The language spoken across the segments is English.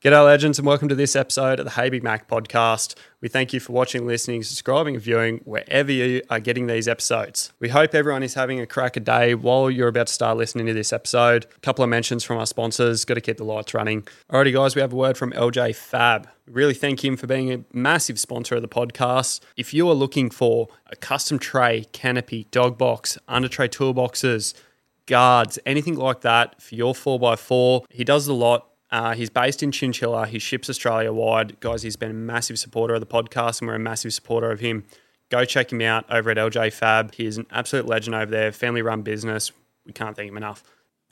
G'day, legends, and welcome to this episode of the Hey Big Mac podcast. We thank you for watching, listening, subscribing, and viewing wherever you are getting these episodes. We hope everyone is having a cracker day while you're about to start listening to this episode. A couple of mentions from our sponsors, got to keep the lights running. Alrighty, guys, we have a word from LJ Fab. We Really thank him for being a massive sponsor of the podcast. If you are looking for a custom tray, canopy, dog box, under tray toolboxes, guards, anything like that for your 4x4. He does a lot. Uh, he's based in Chinchilla. He ships Australia wide. Guys, he's been a massive supporter of the podcast, and we're a massive supporter of him. Go check him out over at LJ Fab. He is an absolute legend over there, family run business. We can't thank him enough.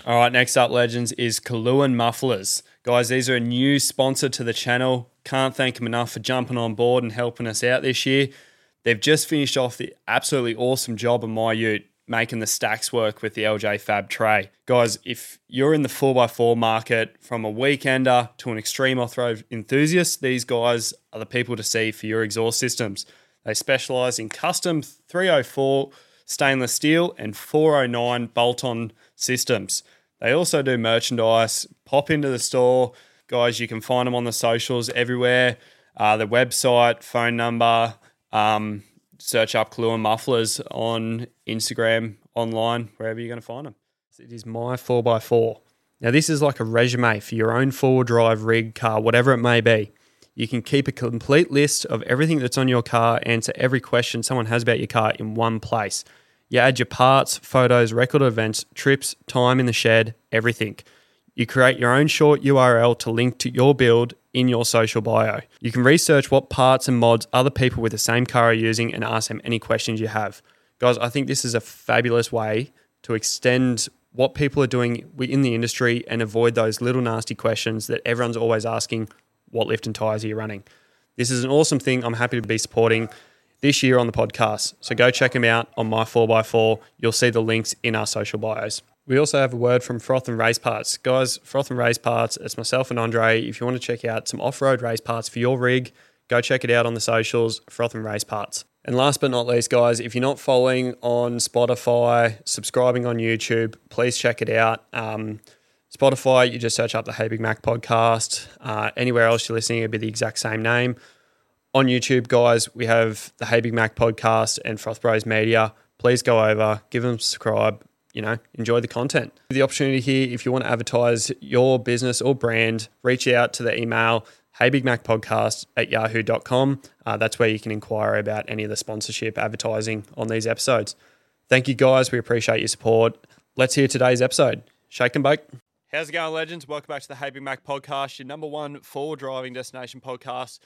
All right, next up, legends, is Kaluan Mufflers. Guys, these are a new sponsor to the channel. Can't thank them enough for jumping on board and helping us out this year. They've just finished off the absolutely awesome job of my ute, making the stacks work with the LJ Fab tray. Guys, if you're in the 4x4 market from a weekender to an extreme off road enthusiast, these guys are the people to see for your exhaust systems. They specialize in custom 304 stainless steel and 409 bolt on systems. They also do merchandise. Pop into the store. Guys, you can find them on the socials everywhere uh, the website, phone number. Um, search up Clue and Mufflers on Instagram, online, wherever you're going to find them. It is my 4x4. Now, this is like a resume for your own four wheel drive rig, car, whatever it may be. You can keep a complete list of everything that's on your car, answer every question someone has about your car in one place. You add your parts, photos, record events, trips, time in the shed, everything. You create your own short URL to link to your build in your social bio. You can research what parts and mods other people with the same car are using and ask them any questions you have. Guys, I think this is a fabulous way to extend what people are doing in the industry and avoid those little nasty questions that everyone's always asking what lift and tires are you running? This is an awesome thing I'm happy to be supporting this year on the podcast. So go check them out on my 4x4. You'll see the links in our social bios. We also have a word from Froth and Race Parts. Guys, Froth and Race Parts, it's myself and Andre. If you want to check out some off road race parts for your rig, go check it out on the socials, Froth and Race Parts. And last but not least, guys, if you're not following on Spotify, subscribing on YouTube, please check it out. Um, Spotify, you just search up the Hey Big Mac podcast. Uh, anywhere else you're listening, it'd be the exact same name. On YouTube, guys, we have the Hey Big Mac podcast and Froth Bros Media. Please go over, give them a subscribe, you know, enjoy the content. The opportunity here, if you want to advertise your business or brand, reach out to the email heybigmacpodcast at yahoo.com. Uh, that's where you can inquire about any of the sponsorship advertising on these episodes. Thank you, guys. We appreciate your support. Let's hear today's episode. Shake and bake. How's it going, legends? Welcome back to the Hey Big Mac podcast, your number one four driving destination podcast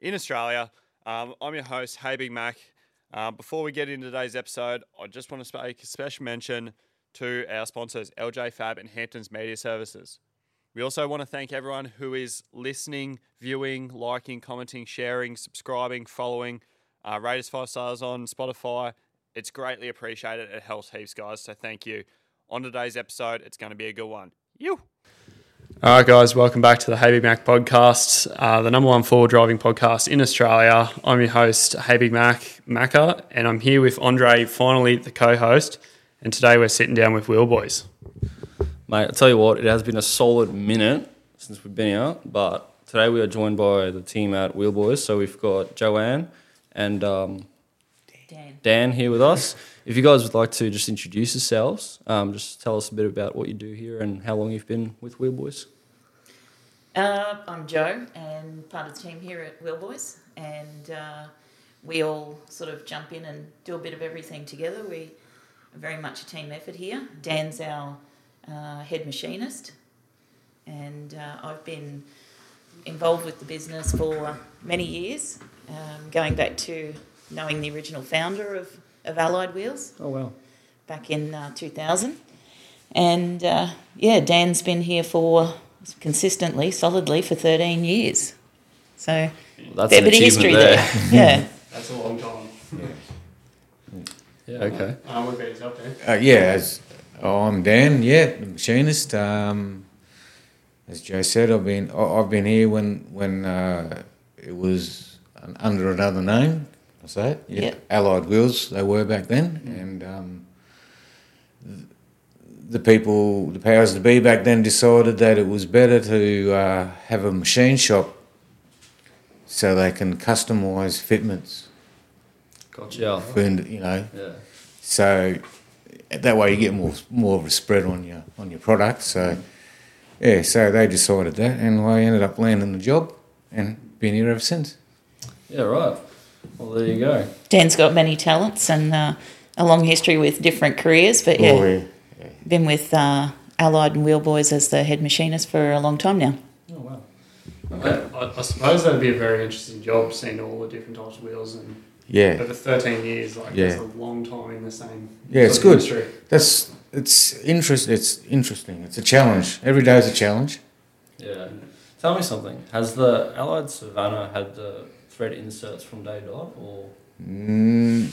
in Australia. Um, I'm your host, Hey Big Mac. Uh, before we get into today's episode, I just want to make a special mention to our sponsors, LJ Fab and Hamptons Media Services. We also want to thank everyone who is listening, viewing, liking, commenting, sharing, subscribing, following. Uh, rate us five stars on Spotify. It's greatly appreciated. It helps heaps, guys. So thank you. On today's episode, it's going to be a good one. You. All right, guys, welcome back to the Hey Big Mac podcast, uh, the number one four driving podcast in Australia. I'm your host, Hey Big Mac Macca, and I'm here with Andre, finally the co host. And today we're sitting down with Wheel Boys. Mate, I'll tell you what, it has been a solid minute since we've been out, but today we are joined by the team at Wheelboys. So we've got Joanne and um, Dan. Dan here with us. If you guys would like to just introduce yourselves, um, just tell us a bit about what you do here and how long you've been with Wheelboys. Uh, I'm Joe and part of the team here at Wheel Boys, and uh, we all sort of jump in and do a bit of everything together. We are very much a team effort here. Dan's our uh, head machinist, and uh, I've been involved with the business for many years, um, going back to knowing the original founder of, of Allied Wheels Oh, wow. back in uh, 2000. And uh, yeah, Dan's been here for consistently, solidly for 13 years. So, That's fair bit of history there. yeah. That's a long time. Yeah, okay. Um, what about yourself, Dan? Uh, yeah, as, oh, I'm Dan. Yeah, the machinist. Um, as Joe said, I've been I- I've been here when when uh, it was un- under another name. I say it. Yep. Allied Wheels. They were back then, and um, th- the people, the powers to be back then, decided that it was better to uh, have a machine shop so they can customise fitments. Gotcha. For, you know, Yeah. so that way you get more more of a spread on your on your product. So yeah, so they decided that, and I ended up landing the job and been here ever since. Yeah, right. Well, there you go. Dan's got many talents and uh, a long history with different careers, but yeah, been with uh, Allied and Wheel Boys as the head machinist for a long time now. Oh, wow. I, I suppose that'd be a very interesting job, seeing all the different types of wheels and yeah, over 13 years, like Yeah. that's a long time in the same. Yeah, it's sort of good. Industry. that's it's interest. It's interesting. It's a challenge. Every day is a challenge. Yeah. Tell me something. Has the Allied Savannah had the thread inserts from day dot or? Mm,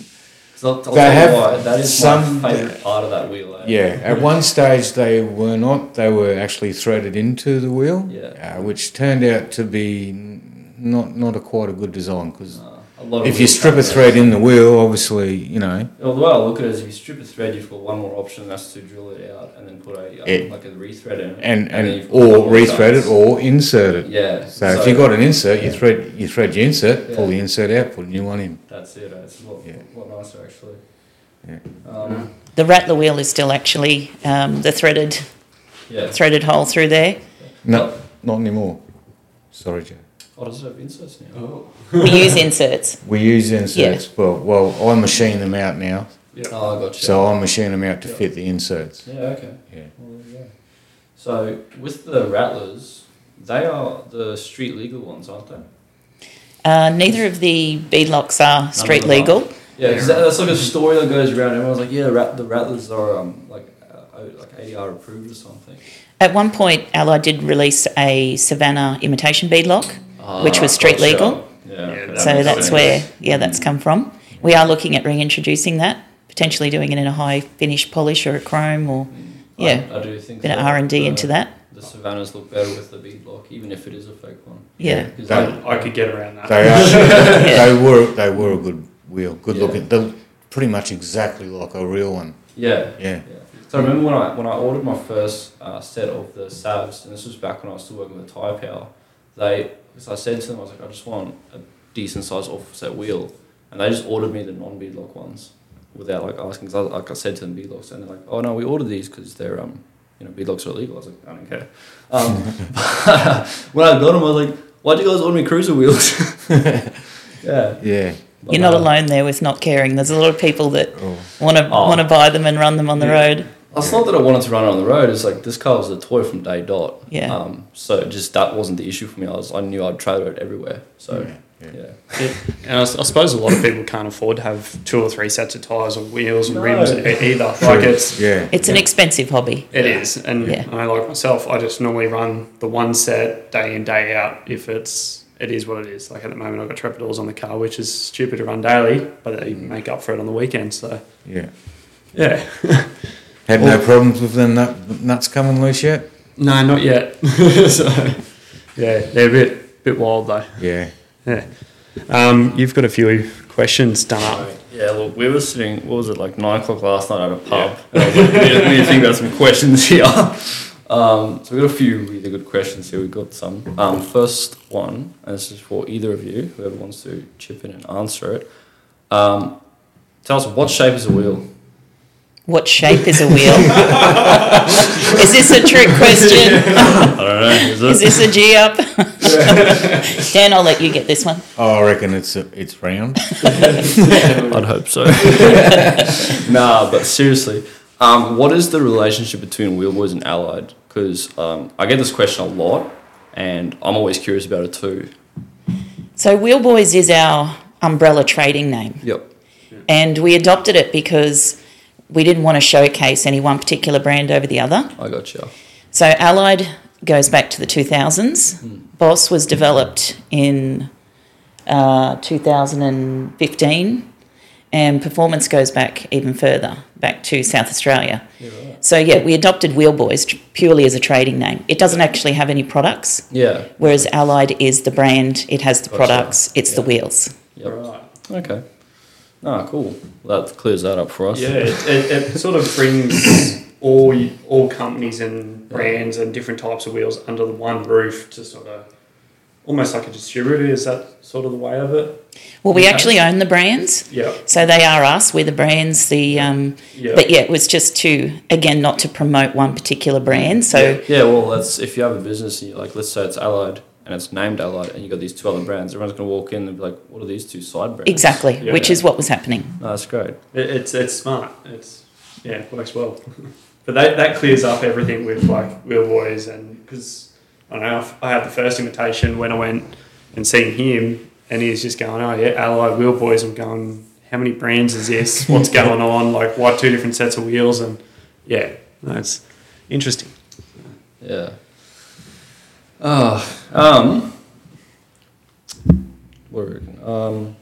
'cause I'll, I'll They tell you have why, that is some- my favorite part of that wheel. eh? yeah, at one stage they were not. They were actually threaded into the wheel, Yeah. uh, which turned out to be n- not not a quite a good design because Uh, a lot of if you wheels strip a have that. thread in the wheel, obviously you know Well, the way I look at it is if you strip a thread, you've got one more option, that's to drill it out and then put a, uh, It- like a rethread in it. and then and you've got or more rethread it options. or insert it. Yeah. So, if you've got an insert, you thread you thread your insert, pull Yeah. the insert out, put a new one in. That's it, eh? it's a lot, Yeah. lot nicer actually. Yeah. Um, The rattler wheel is still actually um, the threaded yeah. threaded hole through there. No, not anymore. Sorry, Joe. Oh, does it have inserts now? Oh, We use inserts. We use inserts. Well, well, I machine them out now, yeah. Oh, gotcha. so I machine them out to Yeah. fit the inserts. yeah, okay. Yeah. Well, there you go. So with the rattlers, they are the street legal ones, aren't they? Uh, neither of the beadlocks are street them are. legal. Yeah, 'cause that, that's like a story that goes around. Everyone's like, yeah, the, rat, the rattlers are um, like uh, O- like ADR approved or something. At one point, Allied did release a Savannah imitation beadlock, which was street gotcha. legal. Yeah. Yeah, okay. That so makes that's sense. where yeah, Mm. that's come from. We are looking at reintroducing that, potentially doing it in a high finish polish or a chrome or yeah, I, I do think bit of that R and D the- into that. The Savannahs look better with the bead lock, even if it is a fake one. Yeah, 'Cause They- they- I could get around that. They are, yeah. they were they were a good wheel, good Yeah. looking. They're pretty much exactly like a real one. yeah, Yeah. Yeah. So I remember when I when I ordered my first uh, set of the Savs, and this was back when I was still working with Tyre Power. They, because I said to them, I was like, I just want a decent sized offset wheel, and they just ordered me the non beadlock ones without like asking. 'cause I, like I said to them, beadlocks, and they're like, Oh no, we ordered these because they're um, you know, beadlocks are illegal. I was like, I don't care. Um, when I got them, I was like, Why'd you guys order me cruiser wheels? yeah, Yeah. but, You're not uh, alone there with not caring. There's a lot of people that Oh. want to Oh. want to buy them and run them on the Yeah. road. It's not that I wanted to run it on the road. It's like this car was a toy from day dot. Yeah. Um, so just that wasn't the issue for me. I was I knew I'd trade it everywhere. So Yeah, yeah. yeah. Yeah. And I, s- I suppose a lot of people can't afford to have two or three sets of tires or wheels and No. rims e- either. Like it's yeah. It's an expensive hobby. it is, and Yeah. I like myself. I just normally run the one set day in day out. If it's it is what it is. Like at the moment, I've got trepidors on the car, which is stupid to run daily, but they Mm. make up for it on the weekend. So Yeah. yeah, Had no problems with them nut, nuts coming loose yet. no, not yet. so yeah, they're a bit bit wild though. Yeah. Yeah, um, you've got a few questions done up. So, yeah, look, we were sitting. What was it like nine o'clock last night at a pub? And I was like, we, need- we need to think about some questions here. Um, so we got a few really good questions here. We got some. Um, first one, and this is for either of you, whoever wants to chip in and answer it. Um, tell us what shape is a wheel? What shape is a wheel? is this a trick question? I don't know. Is it? Is this a G up? Dan, I'll let you get this one. Oh, I reckon it's it's round. I'd hope so. nah, but seriously, um, what is the relationship between Wheelboys and Allied? Because um, I get this question a lot, and I'm always curious about it too. So Wheel Boys is our umbrella trading name, Yep. and we adopted it because we didn't want to showcase any one particular brand over the other. I got you. So Allied goes back to the 2000s. Boss was developed in uh, 2015, and Performance goes back even further, back to South Australia. So yeah, we adopted Wheel Boys tr- purely as a trading name. It doesn't actually have any products, Yeah. whereas Allied is the brand. It has the Gotcha. products. It's the Yeah. wheels. Yep. Right. Okay. Ah, cool. That clears that up for us. Yeah, it, it, it sort of brings all all companies and brands and different types of wheels under the one roof to sort of almost like a distributor. Is that sort of the way of it? Well, we Okay. actually own the brands, Yeah. so they are us. We're the brands. The um, Yeah. but yeah, it was just to again not to promote one particular brand. So yeah, yeah, well, that's if you have a business and you like, let's say it's Allied and it's named Allied, and you got these two other brands. Everyone's gonna walk in and be like, "What are these two side brands?" exactly, Yeah. which is what was happening. No, that's great. It, it's it's smart. It's yeah, it works well. but that that clears up everything with like wheel boys and because I don't know I've- I had the first invitation when I went and seen him and he's just going oh yeah Alloy wheel boys. I'm going how many brands is this? What's going on? Like why two different sets of wheels and yeah that's interesting. Yeah. Ah, um, what do you reckon? Um,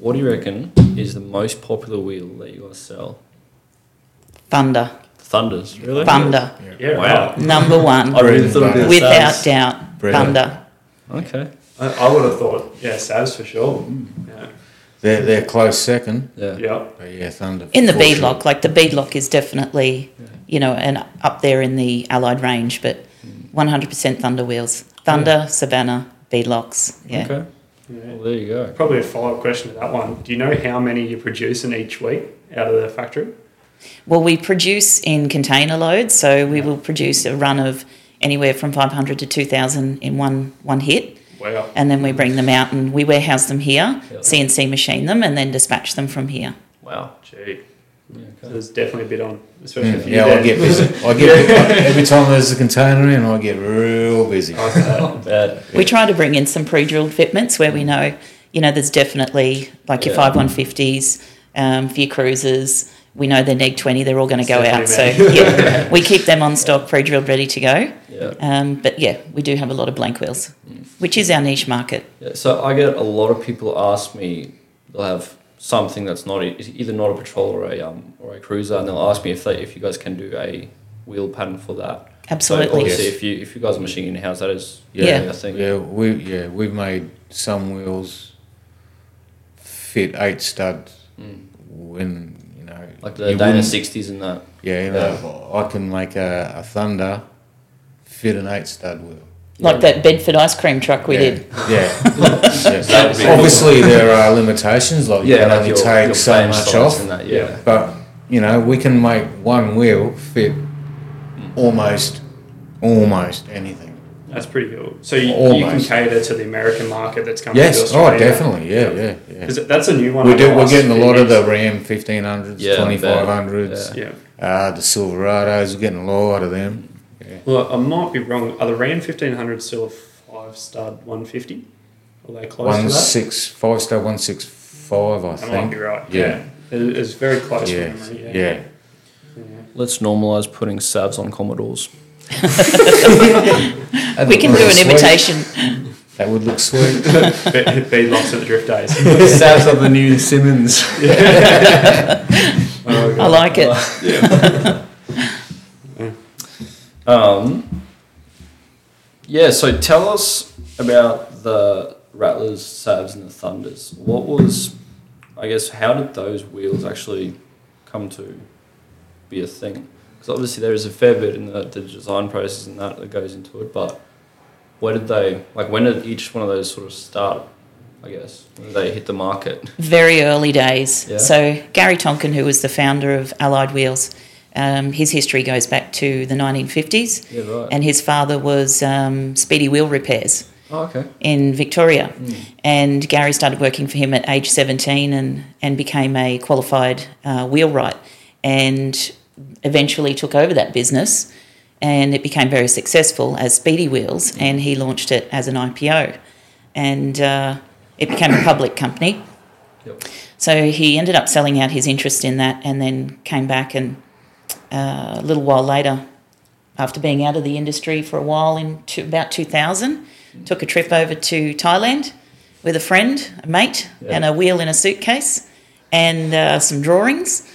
what do you reckon is the most popular wheel that you guys sell? Thunder, Thunders, really? Thunder, Yeah Wow. wow. number one, I really thought it'd be the without Sabs. doubt, Brilliant. Thunder. Okay. I, I would have thought yeah Savs for sure. Yeah They're, they're close second. Yeah. yeah But yeah, Thunder. In the for bead sure. lock, like the bead lock is definitely, you know, and up there in the allied range, but Mm. 100% Thunder wheels. Thunder, Savannah, bead locks. Yeah. Okay. yeah. Well, there you go. Probably a follow up question to that one. Do you know how many you produce in each week out of the factory? Well, we produce in container loads, so we will produce a run of anywhere from 500 to 2,000 in one, one hit. Wow. And then we bring them out and we warehouse them here, Yeah. CNC machine them, and then dispatch them from here. Wow. Gee, Yeah, okay. there's definitely a bit on, especially Mm, for you. Yeah, I Dan. get busy. I get every time there's a container in, I get real busy. Not bad. We try to bring in some pre-drilled fitments where we know, you know, there's definitely like your Yeah. five one fifties, um, for your cruisers. We know they're neg twenty; they're all going to go out. So Definitely, yeah, we keep them on stock, pre-drilled, ready to go. Yeah. Um, but yeah, we do have a lot of blank wheels, Mm. which is our niche market. Yeah, so I get a lot of people ask me. They'll have something that's not it's either not a patrol or a um or a cruiser, and they'll ask me if they if you guys can do a wheel pattern for that. So Absolutely. obviously, Yes. if you if you guys are machining in house, that is Yeah. I think Yeah, we yeah we've made some wheels fit eight studs Mm. when you know like the you Dana wouldn't- sixties and that. Yeah, you know, I can make a, a thunder fit an eight stud wheel. Like that Bedford ice cream truck we yeah. did. Yeah. That would be yeah. Obviously, there are limitations, like you can only your- take your so frame much size off. and that. Yeah, But, you know, we can make one wheel fit almost, almost anything. That's pretty cool. So you, you can Almost. cater to the American market that's coming to Yes, oh, Australia. definitely, yeah, yeah, yeah. Because that's a new one. We I've do, we're asked getting a if lot it of the is- Ram 1500s, Yeah, I bet. 2500s, Yeah. uh, the Silverados, we're getting a lot of them. Yeah. Well, I might be wrong. Are the Ram 1500 still a five stud 150? Are they close One to that? six five star one six five, I I might think. be right. Yeah. Yeah. It, it's very close Yeah, to memory. Yeah. yeah. let's normalize putting sabs on Commodores. That'd We look can do really an sweet. imitation. That would look sweet. Be, be lots of the drift days. Sounds like the new Simmons. Oh, I like it. Um, yeah, so tell us about the Rattlers, Sabs, and the Thunders. What was, I guess, how did those wheels actually come to be a thing? Because obviously there is a fair bit in the, the design process and that that goes into it, but where did they, like, when did each one of those sort of start? I guess when did they hit the market. very early days. Yeah. So Gary Tonkin, who was the founder of Allied Wheels, um, his history goes back to the 1950s, Yeah, right. and his father was um, Speedy Wheel Repairs oh, okay. in Victoria. And Gary started working for him at age 17 and, and became a qualified uh, wheelwright and eventually took over that business. And it became very successful as Speedy Wheels, and he launched it as an IPO. And uh, it became a public company. Yep. So he ended up selling out his interest in that and then came back and uh, a little while later, after being out of the industry for a while in two, about 2000, took a trip over to Thailand with a friend, a mate, Yeah. and a wheel in a suitcase and uh, some drawings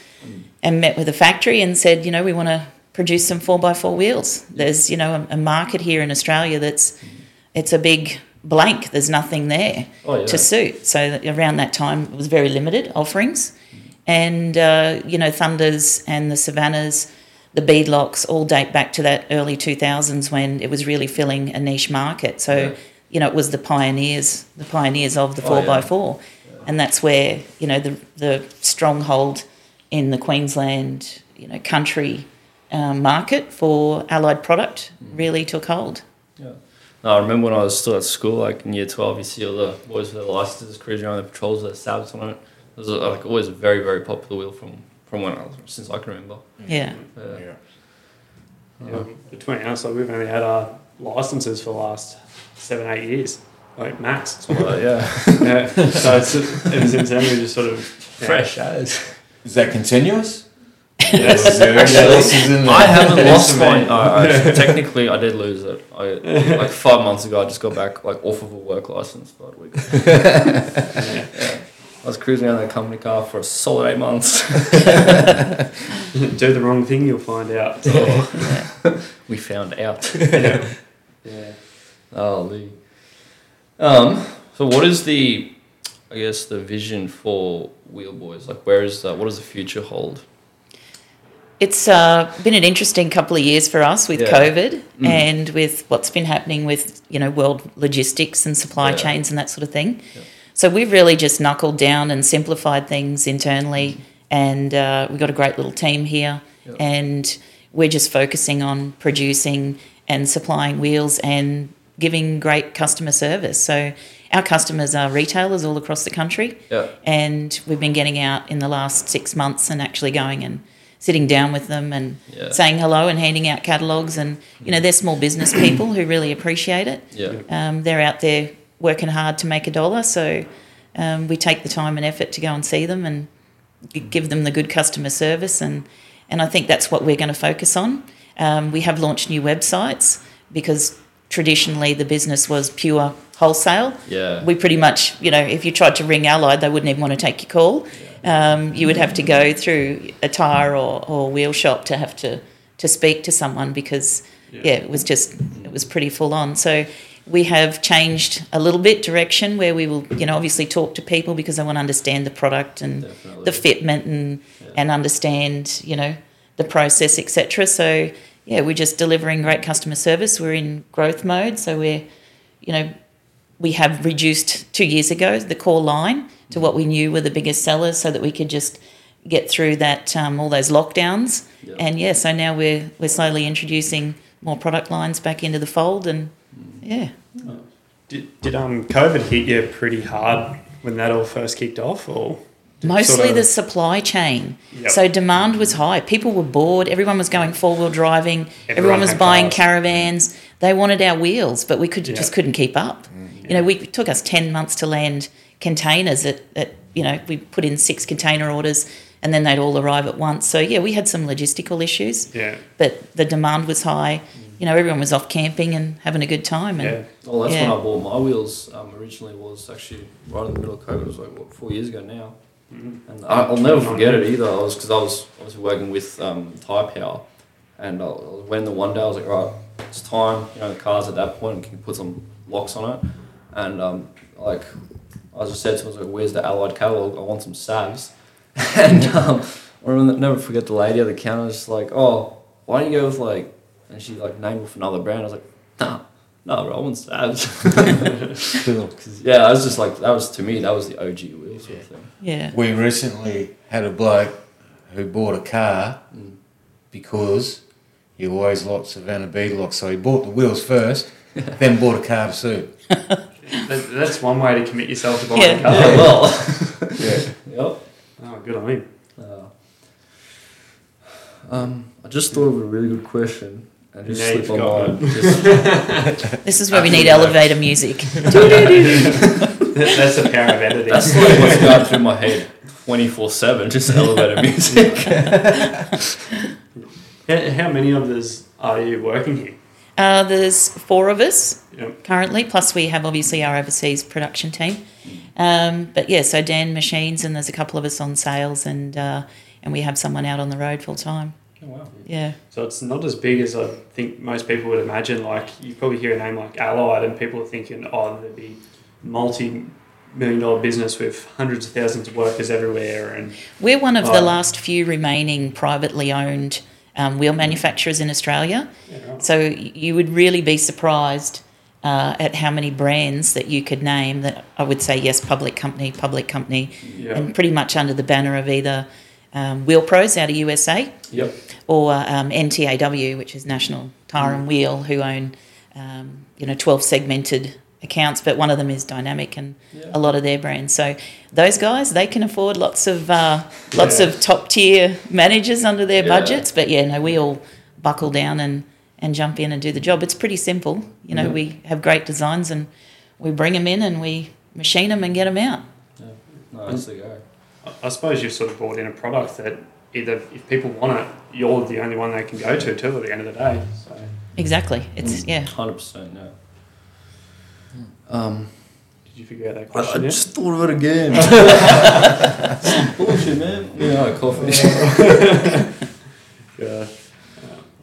and met with a factory and said, you know, we want to produce some 4x4 wheels. There's, you know, a, a market here in Australia that's, it's a big blank. There's nothing there Oh, yeah. to suit. So around that time, it was very limited offerings, and uh, you know, Thunders and the Savannas the bead locks all date back to that early 2000s when it was really filling a niche market. So, Yeah. you know, it was the pioneers, the pioneers of the Oh, yeah. 4x4. And that's where, you know, the, the stronghold in the Queensland, you know, country um, market for allied product Mm. really took hold. Yeah. No, I remember when I was still at school, like in year 12, you see all the boys with their licenses cruising around the patrols with their sabs on it. It was uh, like always a very, very popular wheel from, from when I was, since I can remember. Yeah. Yeah. Yeah. Um, between us, like we've only had our licenses for the last seven, eight years, like max. So, uh, yeah. yeah. So it's, ever since then, we just sort of yeah. Fresh as. Is that continuous? Yes. Is there any Actually, lessons in I there? haven't lost mine. Estimate. I, I, technically, I did lose it. I, like five months ago, I just got back like off of a work license about a week. yeah. I was cruising around that company car for a solid eight months. Do the wrong thing, you'll find out. we found out. yeah. yeah. Oh, Lee. Um, so what is the, I guess, the vision for Wheel Boys? Like, where is that? What does the future hold? It's uh, been an interesting couple of years for us with Yeah. COVID Mm. and with what's been happening with you know world logistics and supply Yeah. chains and that sort of thing. Yeah. So we've really just knuckled down and simplified things internally, and uh, we've got a great little team here, Yeah. and we're just focusing on producing and supplying wheels and giving great customer service. So our customers are retailers all across the country Yeah. and we've been getting out in the last six months and actually going and sitting down with them and Yeah. saying hello and handing out catalogues and you know they're small business people who really appreciate it Mm. Yeah. um, they're out there working hard to make a dollar so um, we take the time and effort to go and see them and g- Mm. give them the good customer service and and I think that's what we're going to focus on. Um, we have launched new websites because traditionally the business was pure wholesale Yeah. we pretty much, you know, if you tried to ring Allied, they wouldn't even want to take your call. Um, you would have to go through a tire or, or wheel shop to have to, to speak to someone because, yeah. it was just, it was pretty full on. So we have changed a little bit direction where we will, you know, obviously talk to people because they want to understand the product and Definitely. the fitment and, and understand, you know, the process, etc. So, yeah, we're just delivering great customer service. We're in growth mode. So we're, you know, we have reduced two years ago the core line to what we knew were the biggest sellers so that we could just get through that um, all those lockdowns Yeah. and yeah so now we're we're slowly introducing more product lines back into the fold and yeah Did, did um COVID hit you pretty hard when that all first kicked off, or mostly sort of- the supply chain Yep. so demand was high people were bored everyone was going four-wheel driving everyone, Everyone was had buying cars. caravans they wanted our wheels but we could Yeah. just couldn't keep up Mm, you know we it took us 10 months to land containers at, at you know we put in six container orders and then they'd all arrive at once so yeah we had some logistical issues yeah, but the demand was high Mm. you know everyone was off camping and having a good time and yeah, Well, Oh, that's Yeah. when I bought my wheels. Um, originally was actually right in the middle of COVID. It was like what four years ago now, and I, I'll never forget it either. I was because I was obviously working with um, Tyre Power, and I was, when the one day I was like, right, it's time. You know, the car's at that point. Can you put some locks on it? And um, like I just said to him, I was like, "Where's the Allied catalog? I want some salves." and um, I remember, never forget the lady at the counter was just like, "Oh, why don't you go with like?" And she like named off another brand. I was like, "Nah." No, bro, I want salves. Cool. Yeah, I was just like that was to me that was the OG wheel sort of thing. yeah We recently had a bloke who bought a car Mm. because he always liked Savannah beadlocks, so he bought the wheels first, then bought a car to suit. That, that's one way to commit yourself to buying Yeah. a car. Yeah, Oh, well, Yeah. yep. Oh, good on him. Uh, um, I just thought of a really good question. And just Now slip you've got on mine. Just- this is where we need Absolutely. elevator music That- that's the power of editing. that's like what's going through my head twenty four seven. Just elevator music. how, how many of us are you working here? uh, there's four of us Yep. currently. Plus, we have obviously our overseas production team. Um, but yeah, so Dan machines, and there's a couple of us on sales, and uh, and we have someone out on the road full time. Oh, wow. Yeah, So it's not as big as I think most people would imagine. Like you probably hear a name like Allied, and people are thinking, oh, there'd be multi-million dollar business with hundreds of thousands of workers everywhere, and we're one of Right. the last few remaining privately owned um, wheel manufacturers in Australia. So y- you would really be surprised uh, at how many brands that you could name that I would say, yes, public company, public company, Yeah. and pretty much under the banner of either um, Wheel Pros out of USA Yep. or um, NTAW, which is National Tire and Wheel, who own um, you know twelve segmented accounts, but one of them is Dynamic and Yeah. a lot of their brands. So those guys, they can afford lots of uh, lots Yeah. of top tier managers under their Yeah. budgets. But yeah, no, we all buckle down and and jump in and do the job. It's pretty simple, you know. Mhm. We have great designs and we bring them in and we machine them and get them out. No, that's the go. I- I suppose you've sort of brought in a product that either if people want it, you're the only one they can go to too at the end of the day. So Exactly. It's yeah. Mm, Hundred percent. Yeah. Um, did you figure out that I, I question? yet? just thought of it again. Bullshit, man. Yeah, coffee. Yeah.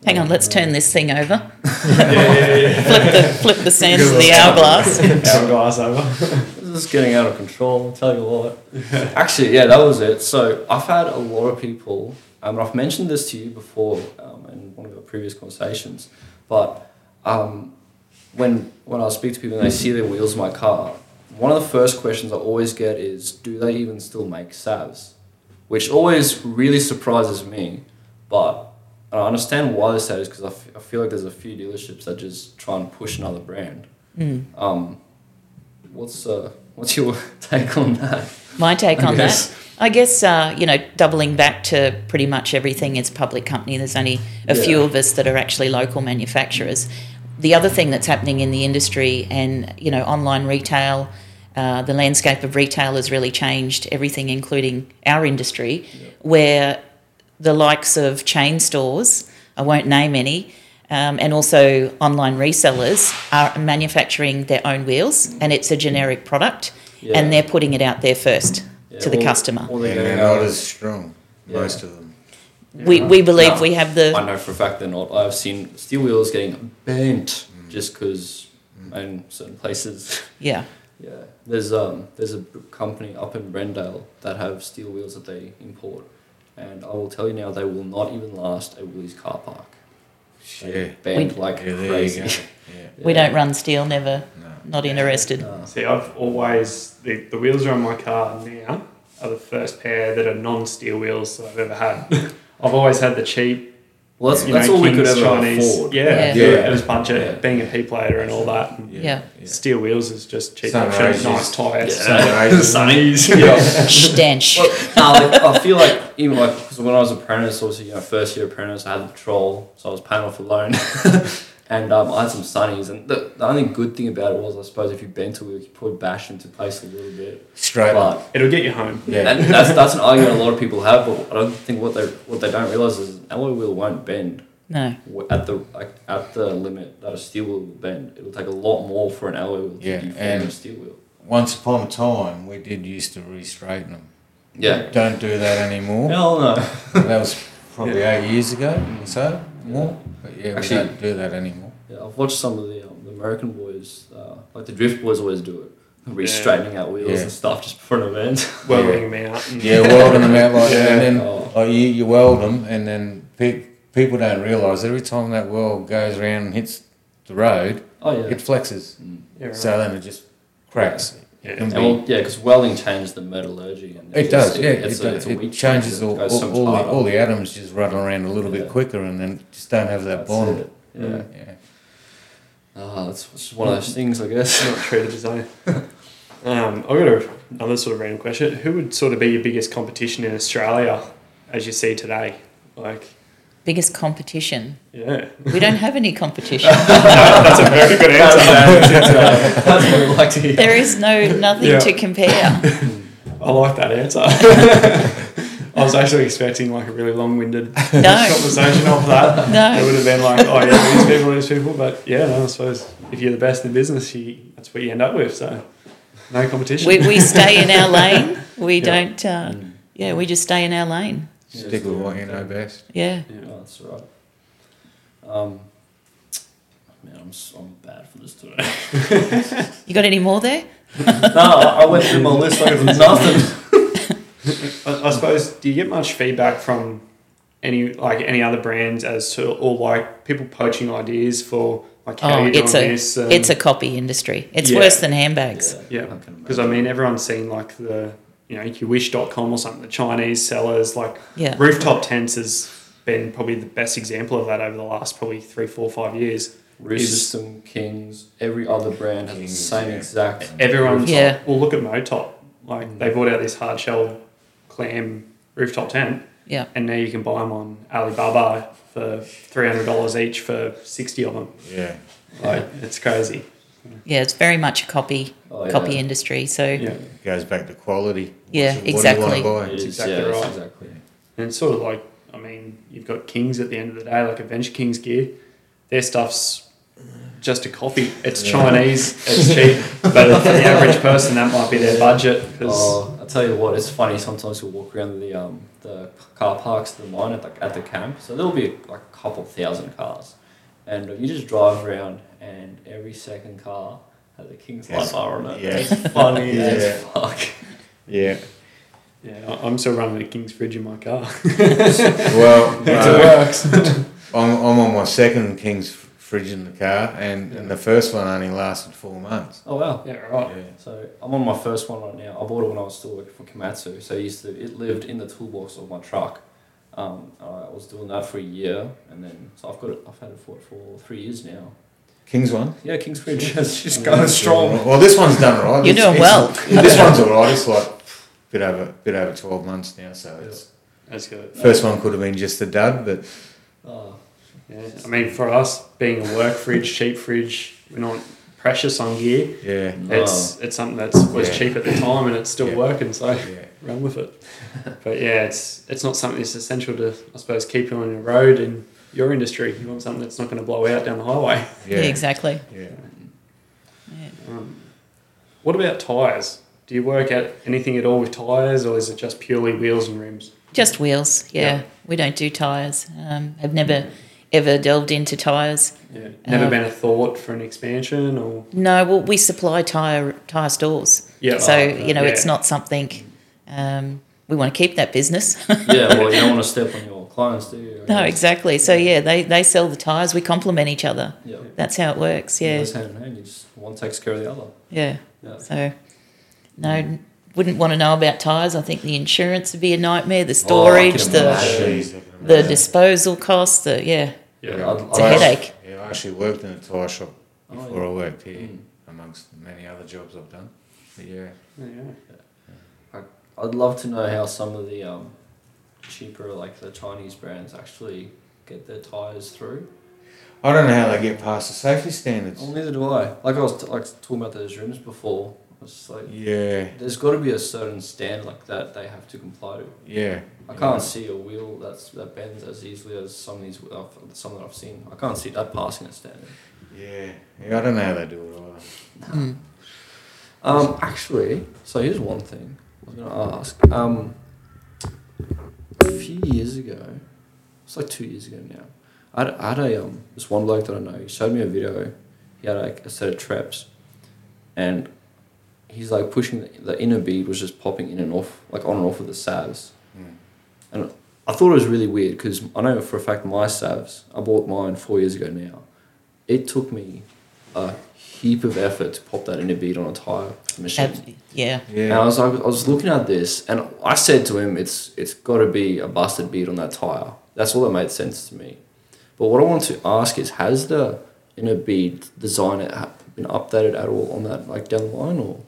Hang on, let's turn this thing over. yeah, yeah, yeah. flip the flip the sand to the hourglass. Hourglass over. This is getting out of control, I'll tell you what. Actually, yeah, that was it. So I've had a lot of people, um, and I've mentioned this to you before um, in one of our previous conversations, but um, when, when I speak to people and they see their wheels in my car, one of the first questions I always get is, do they even still make salves? Which always really surprises me, but I understand why they say this because I, f- I feel like there's a few dealerships that just try and push another brand. Mm. Um, What's uh, what's your take on that? My take I on guess. that, I guess, uh, you know, doubling back to pretty much everything is public company. There's only a Yeah. few of us that are actually local manufacturers. The other thing that's happening in the industry and you know online retail. Uh, the landscape of retail has really changed everything, including our industry, where the likes of chain stores, I won't name any, um, and also online resellers are manufacturing their own wheels and it's a generic product Yeah. and they're putting it out there first to the or- customer. or they're And they're going, not as strong, Yeah. most of them. we, we believe No. we have I the. know for a fact they're not. I've seen steel wheels getting bent just because in certain places. Yeah. yeah, there's um there's a b- company up in Rendale that have steel wheels that they import, and I will tell you now they will not even last a Woolies car park. They Yeah. bend We- like Yeah, there you crazy. go. Yeah. We don't run steel, never, No. not interested. Uh, See, I've always the, the wheels are on my car now are the first pair that are non-steel wheels that I've ever had. I've always had the cheap, well, that's, you that's know, all we could King's ever Chinese. afford. Yeah, yeah, Yeah. Yeah. it was budget, Yeah. being a P plater and all that. And Yeah. Steel wheels is just cheap Sun option, rises. nice tires. Yeah. Sunrises. Sunnies. Stench. Well, no, like, I feel like even like 'cause when I was apprentice, obviously you know first year apprentice, I had the troll, so I was paying off a loan, and um, I had some sunnies. And the, the only good thing about it was, I suppose, if you bent a wheel, you could probably bash into place a little bit. Straight up. But It'll get you home. Yeah. and that's that's an argument a lot of people have, but I don't think what they what they don't realize is an alloy wheel won't bend No. w- at the like, at the limit that a steel wheel will bend. It'll take a lot more for an alloy wheel to Yeah, deform and- a steel wheel. Once upon a time, we did used to re-straighten them. Yeah. Don't do that anymore. Hell no. That was probably eight years ago or so, more. But yeah, Actually- we don't do that anymore. Yeah, I've watched some of the, um, the American boys, uh, like the Drift boys always do it. Re straightening out wheels Yeah. and stuff just before an event. welding them out. and- Yeah, welding them out like that, and then Oh, like, you, you weld them, and then pe- people don't realise every time that weld goes around and hits the road, oh, yeah. it flexes. Mm. Yeah, right. So then it just cracks. Yeah. It can And be- well, yeah, because welding changes the metallurgy. And It it's- does, yeah. it's It, a- does. it's a it weak changes point all, that goes so all, much all, the, harder. all the atoms just rattle around a little Yeah. bit quicker, and then just don't have that That's bond. it, Yeah. yeah. Ah, that's just one of those things, I guess. not treated as own. Um, I've got a, another sort of random question. Who would sort of be your biggest competition in Australia as you see today? Like, Biggest competition. yeah. We don't have any competition. That's a very good answer. That's what we like to hear. There is no nothing Yeah. to compare. I like that answer. I was actually expecting like a really long winded No. conversation off that. It No. would have been like, oh yeah, these people, these people. But yeah, no, I suppose if you're the best in the business, you, that's what you end up with. So no competition. We, we stay in our lane. We Yeah. don't. Uh, Mm. yeah, we just stay in our lane. Stick with what you know best. Yeah. Yeah. Oh, that's all right. Um, man, I'm, s- I'm bad for this today. You got any more there? no, I I went through my list like it was nothing. I, I suppose, do you get much feedback from any like any other brands as to or like people poaching ideas for like how oh, you're doing it's a this? and- it's a copy industry. It's Yeah. worse than handbags. Yeah, I can because I mean, everyone's seen like the you know Qwish.com or something. The Chinese sellers like Yeah. rooftop tents has been probably the best example of that over the last probably three, four, five years. Roof Is- System, Kings, every other brand has the Kings, same yeah. exact. Everyone's Yeah. well, look at Motop. Like they brought out this hard shell clam rooftop tent, Yeah. and now you can buy them on Alibaba for three hundred dollars each for sixty of them. Yeah. Like it's crazy. Yeah, it's very much a copy Oh, yeah. copy industry. So Yeah, It goes back to quality. Yeah, What do you wanna exactly. buy? It is, exactly yeah, that's right. exactly. and it's sort of like I mean, you've got Kings at the end of the day, like Adventure Kings gear. Their stuff's just a copy. It's Chinese. It's cheap, but for the average person, that might be their budget. 'cause- Oh, I tell you what, it's funny. Sometimes we walk around the um the car parks, the mine at the at the camp. So there'll be like a couple thousand cars, and you just drive around, and every second car has a King's Yes. yes. bar on it. Yeah. It's funny as Yeah. fuck. Yeah. yeah, I- I'm still running a Kings fridge in my car. Well, uh, works. I'm, I'm on my second King's fridge in the car, and, and the first one only lasted four months. Oh wow. yeah, right. So I'm on my first one right now. I bought it when I was still working for Komatsu. So I used to it lived in the toolbox of my truck. Um, I was doing that for a year, and then so I've got it. I've had it for for three years now. King's one. Yeah, Kingsbridge is just going strong. Well, this one's done right. You're It's- doing it's- well. This one's all right. It's like a bit over bit over twelve months now, so it's That's good. first one could have been just a dud, but Oh, Yeah, I mean, for us, being a work fridge, cheap fridge, we're not precious on gear. yeah, It's it's something that's was Yeah. cheap at the time and it's still Yeah. working, so yeah, run with it. But yeah, it's it's not something that's essential to, I suppose, keep you on your road in your industry. You want something that's not going to blow out down the highway. yeah, yeah, exactly. yeah. Yeah. Um, what about tyres? Do you work at anything at all with tyres, or is it just purely wheels and rims? Just wheels. Yeah. Yeah. We don't do tyres. Um, I've never ever delved into tyres. Yeah, never Uh, been a thought for an expansion, or No, well, we supply tire tire stores. Yeah. So Oh, you know, yeah. it's not something um, we want to keep that business. uh, yeah, well, you don't want to step on your clients, do you? no, exactly. So yeah, they they sell the tires. We complement each other. Yeah. It That's how it works. Yeah. goes hand in hand. You just one takes care of the other. Yeah. Yeah. So no. Wouldn't want to know about tyres. I think the insurance would be a nightmare. The Oh, storage, the imagine. Jeez, I can the imagine. disposal costs. The yeah, Yeah, I'd, it's a I'd Tyres. headache. Yeah, I actually worked in a tire shop Oh, before yeah. I worked here, Mm. amongst many other jobs I've done. But yeah, yeah. I'd love to know how some of the um, cheaper, like the Chinese brands, actually get their tires through. I don't know how they get past the safety standards. Well, neither do I. Like I was t- like talking about those rooms before. I was just like, Yeah, there's got to be a certain standard like that they have to comply to. yeah. I can't see a wheel that's that bends as easily as some of these uh, some that I've seen. I can't see that passing a standard. Yeah, yeah. I don't know how they do it. Either. Mm. Um, actually, so here's one thing I was gonna ask. Um, a few years ago, it's like two years ago now. I had, I had a um this one bloke that I know. He showed me a video. He had like a set of traps, and he's like pushing the, the inner bead was just popping in and off, like on and off with the salves. Mm. And I thought it was really weird because I know for a fact my salves. I bought mine four years ago now. It took me a heap of effort to pop that inner bead on a tire machine. Ab- yeah. And Yeah, I was like, I was looking at this, and I said to him, "It's it's got to be a busted bead on that tire." That's all that made sense to me. But what I want to ask is, has the inner bead design ha- been updated at all on that, like down the line, or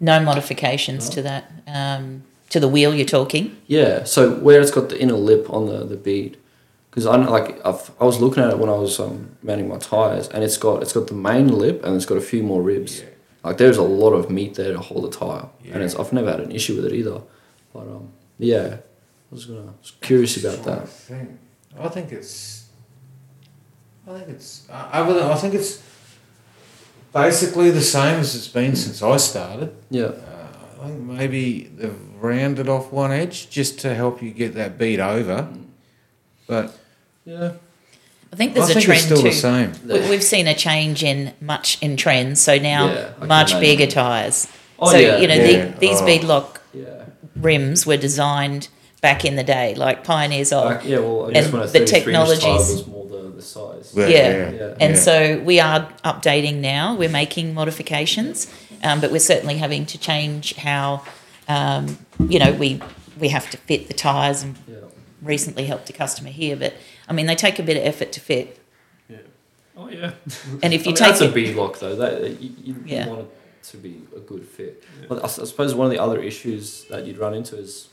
No modifications to that. Um, to the wheel you're talking. yeah? So where it's got the inner lip on the the bead, because I know, like I've, I was looking at it when I was um, mounting my tires, and it's got it's got the main lip, and it's got a few more ribs. Yeah. Like there's a lot of meat there to hold the tire, Yeah. and it's, I've never had an issue with it either. But um, yeah, I was gonna I was curious about Trying to that. think. I think it's. I think it's. I, I, would- I think it's basically the same as it's been since I started. Yeah, Uh, I think maybe they've rounded off one edge just to help you get that beat over. But yeah, I think there's I a think trend it's still too. the same. We, we've seen a change in much in trends. So now Yeah, I can much imagine. bigger tires. Oh, so yeah. you know Yeah. the, these Oh. beadlock yeah, rims were designed back in the day, like pioneers of. Like, yeah, well, I guess And when a the 33 inch tile technologies. was more the, the size. Yeah. Yeah. Yeah. And yeah. so we are updating now. We're making modifications, um, but we're certainly having to change how, um, you know, we we have to fit the tyres. And Yeah. recently helped a customer here, but I mean, they take a bit of effort to fit. Oh yeah. And if I you mean, take that's a it, B lock though. That that you, you Yeah. want it to be a good fit. But I, s- I suppose one of the other issues that you'd run into is,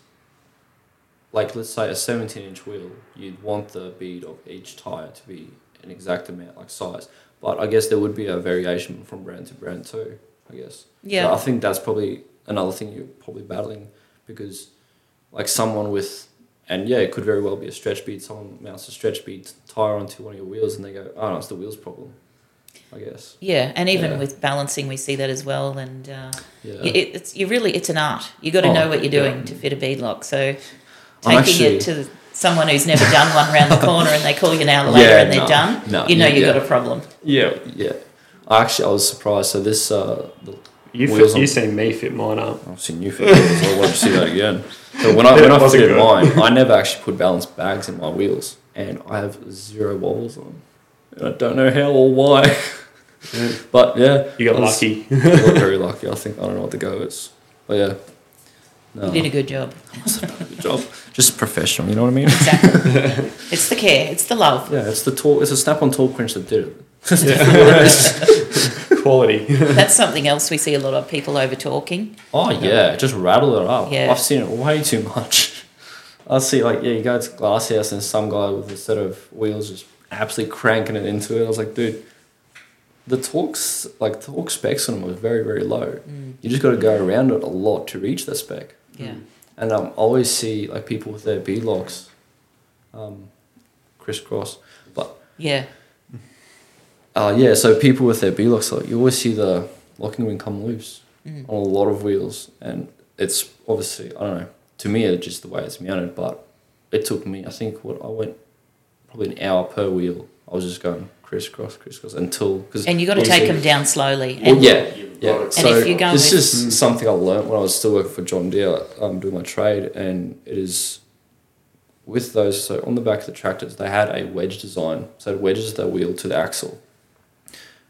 like, let's say a seventeen inch wheel. You'd want the bead of each tire to be an exact amount, like size. But I guess there would be a variation from brand to brand too. I guess. So I yeah, think that's probably another thing you're probably battling because, like, someone with, and yeah, it could very well be a stretch bead. Someone mounts a stretch bead tire onto one of your wheels and they go, oh, no, it's the wheels problem, I guess. yeah, and even Yeah. with balancing, we see that as well. And uh, Yeah. y- it, it's you really it's an art. You got to Oh, know what you're yeah. doing to fit a beadlock. So I'm taking actually- it to someone who's never done one round the corner and they call you an hour later Yeah, and they're no, done, no, you know yeah, you've yeah. got a problem. Yeah. Yeah. Actually, I was surprised. So this, uh, the, You Wheels fit, on. you seen me fit mine up. I've seen you fit wheels. I want to see that again. So when I when It I wasn't fitted good. mine, I never actually put balance bags in my wheels, and I have zero wobbles on. them. And I don't know how or why, Yeah. but yeah, You got I was- lucky. I got very lucky. I think I don't know what the go is, but yeah, no, You did a good job. good job. Just professional, you know what I mean? Exactly. it's the care. It's the love. Yeah, it's the torque. It's a snap-on torque wrench that did it. Quality. That's something else we see a lot of people over talking. Oh yeah, just rattle it up. Yeah. I've seen it way too much. I see like yeah, you go to Glasshouse and some guy with a set of wheels just absolutely cranking it into it. I was like, dude, the torques like torque specs on them was very very low. Mm. You just got to go around it a lot to reach that spec. Yeah. And um, I always see like people with their B locks, um, crisscross, but Yeah. uh, yeah, so people with their B-locks, like, you always see the locking ring come loose Mm. on a lot of wheels. And it's obviously, I don't know, to me, it's just the way it's mounted, but it took me, I think, what I went probably an hour per wheel. I was just going crisscross, crisscross until. Cause And you got to obviously- take them down slowly. Well, And yeah, yeah. so if you're going this with- is something I learned when I was still working for John Deere, um, doing my trade, and it is with those. So on the back of the tractors, they had a wedge design, so it wedges the wheel to the axle,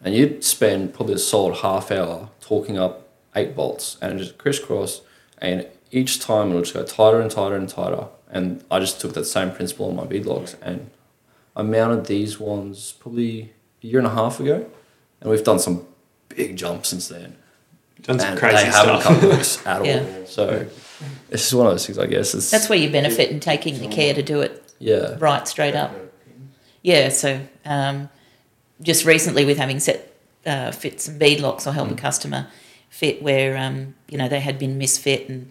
and you'd spend probably a solid half hour talking up eight bolts and just crisscross, and each time it'll just go tighter and tighter and tighter. And I just took that same principle on my bead locks, and I mounted these ones probably a year and a half ago, and we've done some big jumps since then. Done some And crazy they haven't stuff. come loose at Yeah. all. So this is one of those things, I guess. It's, That's where you benefit in taking the care to do it yeah, right straight up. Yeah. So um, just recently, with having set uh, fit some bead locks, I helped a customer fit where um, you know they had been misfit and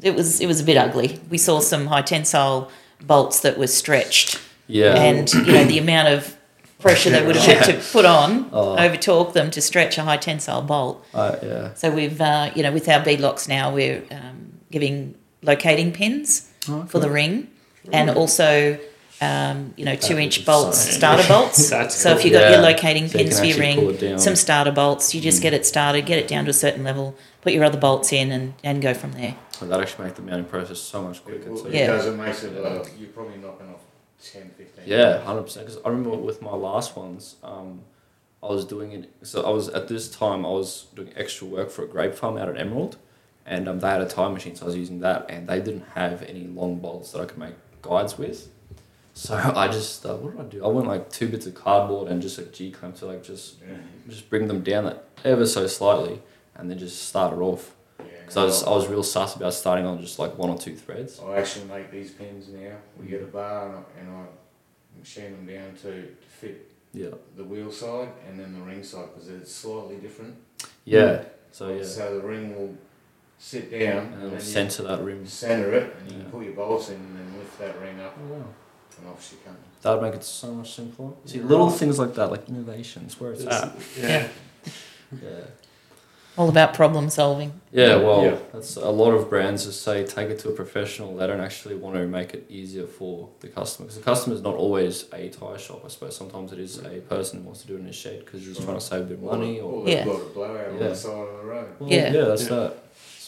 it was it was a bit ugly. We saw some high tensile bolts that were stretched. yeah, and you know the amount of pressure they would have had to put on over torque them to stretch a high tensile bolt. uh, yeah. So we've uh, you know with our bead locks now we're um, giving locating pins for the ring, and also um, you know two inch is bolts, so handy. starter bolts. That's so if cool. you've got your Yeah. locating So you pins can for your actually pull it ring, down. Mm. some starter bolts, you just get it started, get it down to a certain level, put your other bolts in, and and go from there. Well, that actually makes the mounting process so much quicker. Too. Yeah. does, it makes it, uh, you're probably knocking off 10, 15. Yeah, hundred percent. Because I remember with my last ones, um, I was doing it. So I was at this time I was doing extra work for a grape farm out at Emerald, and um, they had a time machine, so I was using that, and they didn't have any long bolts that I could make guides with. So I just uh, what did I do? I went like two bits of cardboard and just a G clamp to like just just bring them down like, ever so slightly, and then just start it off. Because I was I was real sus about starting on just like one or two threads. I actually make these pins now. We get a bar and I, and I machine them down to fit Yeah. the wheel side and then the ring side because it's slightly different. Yeah. So yeah. So the ring will sit down And and, then then center that rim. you center it and you Yeah. pull your bolts in and then lift that ring up and off she comes. That would make it so much simpler. See, little things like that, like innovations, where it's at. Uh, Yeah. Yeah. All about problem solving. Yeah, well, Yeah. that's a lot of brands just say take it to a professional. They don't actually want to make it easier for the customer because the customer is not always a tire shop. I suppose sometimes it is a person who wants to do it in a shed because you're just trying to save a bit of money or Or they've Yeah. got a blowout on Yeah. the side of the road. Well, Yeah. yeah, that's Yeah. that.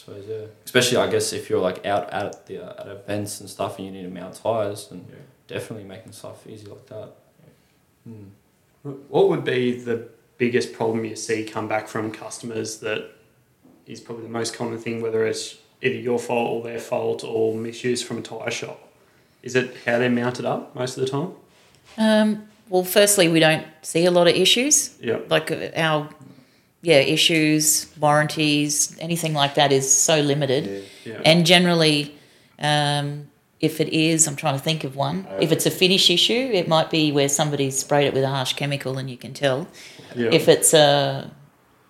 suppose, yeah. Especially, I guess, if you're like out at the uh, at events and stuff, and you need to mount tires, and Yeah. definitely making stuff easy like that. Hmm. What would be the biggest problem you see come back from customers that is probably the most common thing, whether it's either your fault or their fault or misuse from a tyre shop? Is it how they're mounted up most of the time? Um, well, firstly, we don't see a lot of issues. Yeah. Like uh, our, yeah, issues, warranties, anything like that is so limited. Yeah. And generally, um, if it is, I'm trying to think of one. If it's a finish issue, it might be where somebody's sprayed it with a harsh chemical and you can tell. yeah. If it's a,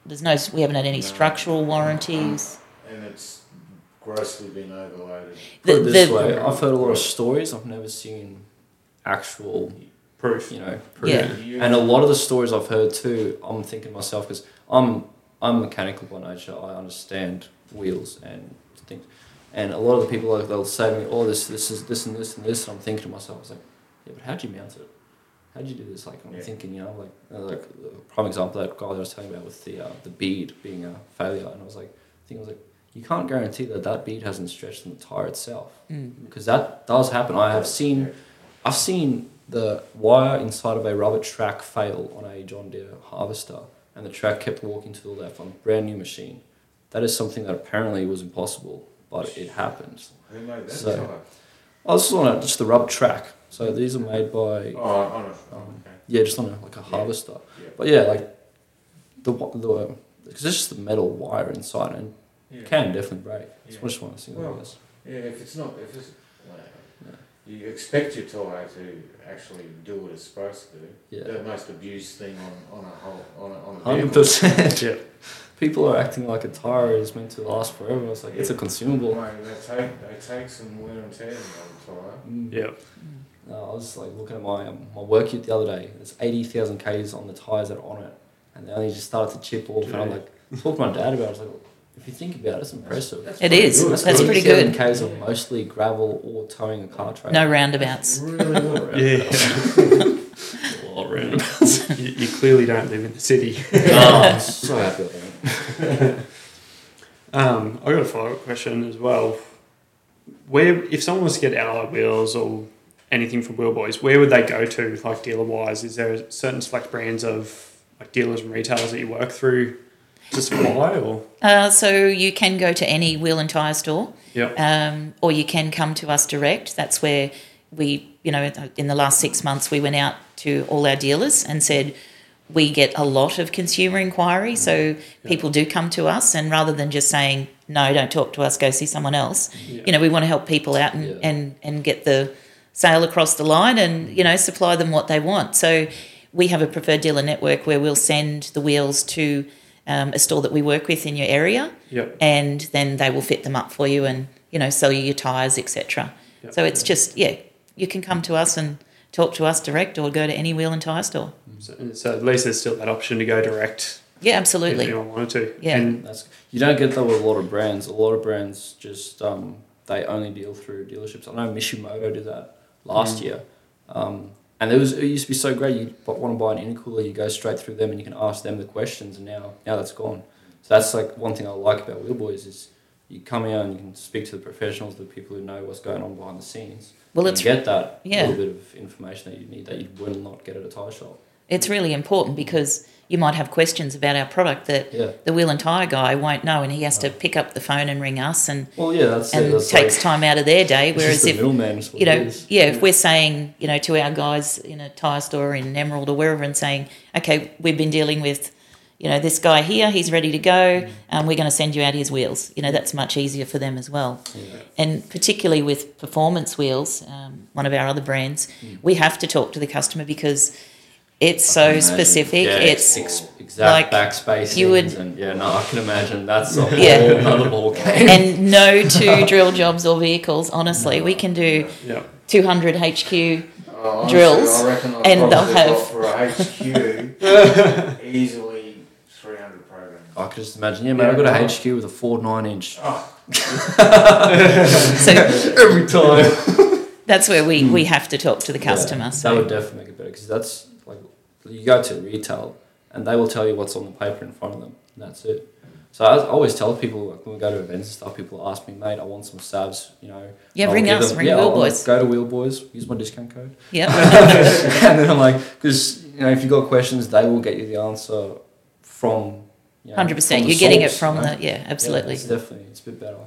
there's no, we haven't had any structural warranties. And it's grossly been overloaded. Put it The- this the- way, I've heard a lot of stories. I've never seen actual, Proof. you know, proof. Yeah. And a lot of the stories I've heard too, I'm thinking to myself because I'm I'm mechanical by nature. I understand wheels and things. And a lot of the people like they'll say to me, "Oh, this this is this and this and this." And I'm thinking to myself, "I was like, yeah, but how would you mount it? How'd you do this?" Like I'm Yeah. thinking, you know, like uh, like the prime example that guy that I was telling you about with the uh, the bead being a failure, and I was like, thinking, I was like, you can't guarantee that that bead hasn't stretched in the tire itself Mm. because that does happen. I have seen I've seen the wire inside of a rubber track fail on a John Deere harvester, and the track kept walking to the left on a brand new machine. That is something that apparently was impossible, but it happened. Who made that So- tyre? Oh, this is on a, just the rub track. So these are made by Oh, on a- oh, Um, okay. yeah, just on a, like a harvester. Yeah. But yeah, like the wi- the because it's just the metal wire inside and Yeah. it can definitely break. It's Yeah. just one of those things. I Well, guess. Yeah, if it's not, if it's, well, Yeah. you expect your tyre to actually do what it's supposed to do. Yeah, The most abused thing on, on a whole, on a, on a hundred vehicle. percent. Yeah. people are acting like a tire is meant to last forever. It's like it's a consumable. Mate, they take, they take some wear and tear on a tyre. Mm. Yeah. Uh, I was like looking at my um, my work kit the other day. There's eighty thousand k's on the tires that are on it, and they only just started to chip off. And I'm like, talking to my dad about. it. I was like, if you think about it, it's impressive. It is. good. That's, pretty good. k's of mostly gravel or towing a car trailer. No roundabouts. Really good. Yeah. you, you clearly don't live in the city. oh, so happy about that. Um, I got a follow up question as well. Where, if someone was to get alloy wheels or anything from Wheel Boys, where would they go to, like dealer wise? Is there certain select brands of like dealers and retailers that you work through to supply, or Uh, so you can go to any wheel and tyre store. yeah, um, or you can come to us direct. That's where we, you know, in the last six months, we went out to all our dealers and said, we get a lot of consumer inquiry. So people do come to us, and rather than just saying, no, don't talk to us, go see someone else, Yeah. you know, we want to help people out and, Yeah. and, and get the sale across the line and, you know, supply them what they want. So we have a preferred dealer network where we'll send the wheels to um, a store that we work with in your area yeah, and then they will fit them up for you and you know sell you your tires etc Yep. so it's just yeah you can come to us and talk to us direct or go to any wheel and tire store so, so at least there's still that option to go direct yeah if absolutely anyone wanted to. Yeah. and That's you don't get that with a lot of brands. A lot of brands just um, they only deal through dealerships. I know Mishimoto did that last Mm. year, um, and it was it used to be so great. You want to buy an intercooler, you go straight through them, and you can ask them the questions. And now now that's gone. So that's like one thing I like about Wheelboys is you come out and you can speak to the professionals, the people who know what's going on behind the scenes. well You it's get that yeah. little bit of information that you need that you will not get at a tire shop. it's really important because you might have questions about our product that Yeah. the wheel and tire guy won't know and he has to pick up the phone and ring us and Well, yeah, that's it. and That's takes like, time out of their day it's just whereas the if middleman is what you it know, is. yeah, if we're saying, you know, to our guys in a tire store in Emerald or wherever and saying, okay, we've been dealing with, you know, this guy here, he's ready to Mm. go, and we're going to send you out his wheels. You know, that's much easier for them as well. Yeah. And particularly with performance wheels, um, one of our other brands, we have to talk to the customer because it's Mm. I can so imagine. specific. Yeah, it's ex- exact like, backspace. you things would- and yeah, no, I can imagine that's a Yeah. whole another ball game. and no two drill jobs or vehicles. Honestly, we can do yeah, 200 HQ Oh, Drills, I reckon I've and they'll probably have- got for a HQ easily 300 programs. I could just imagine. Yeah, man, I've got a HQ with a Ford nine inch Oh, so every time. That's where we, Mm. we have to talk to the customer. That so would definitely make it better because that's like you go to retail and they will tell you what's on the paper in front of them. And that's it. So I always tell people like, when we go to events and stuff, people ask me, mate, I want some sabs, you know. Yeah, I'll ring give us, ring I'll- Wheel Boys." Go to Wheel Boys, use my discount code. Yep. and then I'm like, because, you know, if you've got questions, they will get you the answer from, you know, Hundred percent. from You're the getting it source, from you know? the yeah, absolutely. Yeah, it's definitely it's a bit better.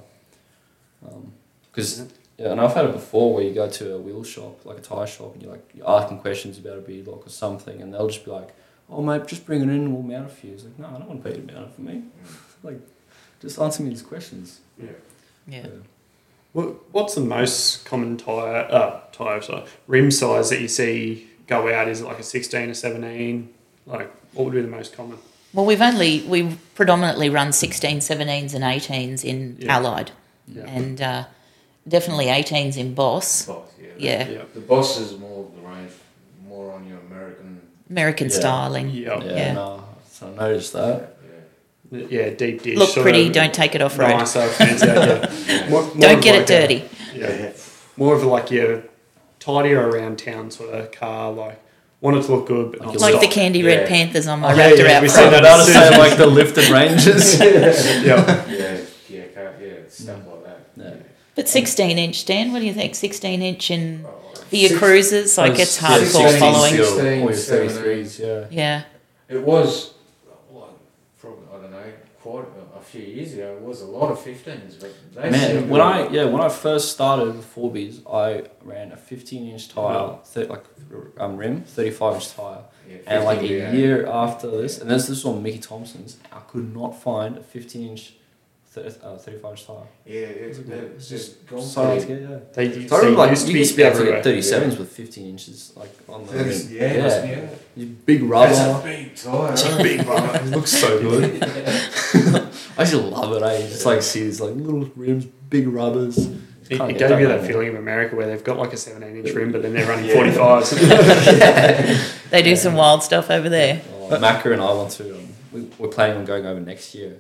Because yeah, and I've had it before where you go to a wheel shop, like a tire shop, and you're like you're asking questions about a beadlock or something, and they'll just be like, "Oh mate, just bring it in and we'll mount it for you." It's like, no, I don't want to pay you to mount it for me. like, just answer me these questions. Yeah. Yeah. Wha- What's the most common tire, uh, tire sorry, rim size that you see go out? Is it like a 16 or 17? Like, what would be the most common? Well, we've only we predominantly run 16, 17s and 18s in Yeah. Allied, Yeah. and uh, definitely 18s in Boss. Boss, yeah. Yeah, Yeah. The boss is more of the range, more on your American. American Yeah. styling. Yeah. Yeah, Yeah. no, so I noticed that. Yeah, deep dish. Look sort pretty. of Don't take it off road. Nice, so it fans out, yeah. More- more Don't of get it like a- dirty. yeah. More of like your tidier around town sort of car. Like, want it to look good, but not like the stop. candy Yeah. red panthers on my Oh, yeah, Raptor yeah, out we front. said that About to soon. say like the lifted ranges. Yeah. Yeah, yeah, car- yeah, stuff like that. Yeah. But 16 inch, Dan, what do you think? 16 inch in Oh, for your six- cruisers, like it's Yeah, hardcore 16s, following. yeah, or your 16s, 33s, yeah. Yeah, It was, like, probably, I don't know, quite a, a few years ago, it was a lot of 15s, but they Man, seem when to- I yeah when I first started with Forbies, I ran a 15 inch tire, thir- like um, rim, 35 inch tire, Yeah, and like a 15, yeah. year after this, and this this was on Mickey Thompson's. I could not find a 15 inch, thir- uh, 35 inch tire. Yeah, it's, It's it's just gone. So I was like, yeah, yeah. They, used- So I remember they like used to you be used to be able to everywhere. get 37s with 15 inches like on the That's- rim. yeah, it must be, yeah. You big That's a rubber. big tire. Big brother. It looks so good. I used to love it. I just like see these like little rims, big rubbers. It, Can't it gave get that you no that more. feeling of America where they've got like a 17 inch rim, but then they're running Yeah. 45s. they do some wild stuff over there. Oh, Macca and I want to. Um, we, we're planning on going over next year,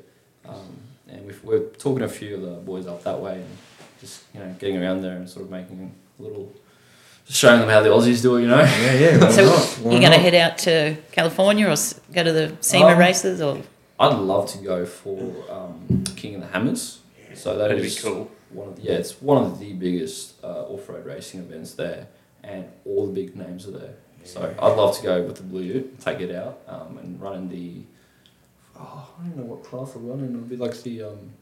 um, and we've, we're talking to a few of the boys up that way, and just you know getting around there and sort of making a little, just showing them how the Aussies do it. You know, Yeah, yeah. Why So not? Why you're going to not? head out to California or s- go to the SEMA Um, races or I'd love to go for um, King of the Hammers. So that That'd be is cool. one of the, yeah, it's one of the biggest uh, off-road racing events there, and all the big names are there. So I'd love to go with the blue ute, take it out, um, and run in the. Oh, I don't know what class I'll run in. It'll be like the um.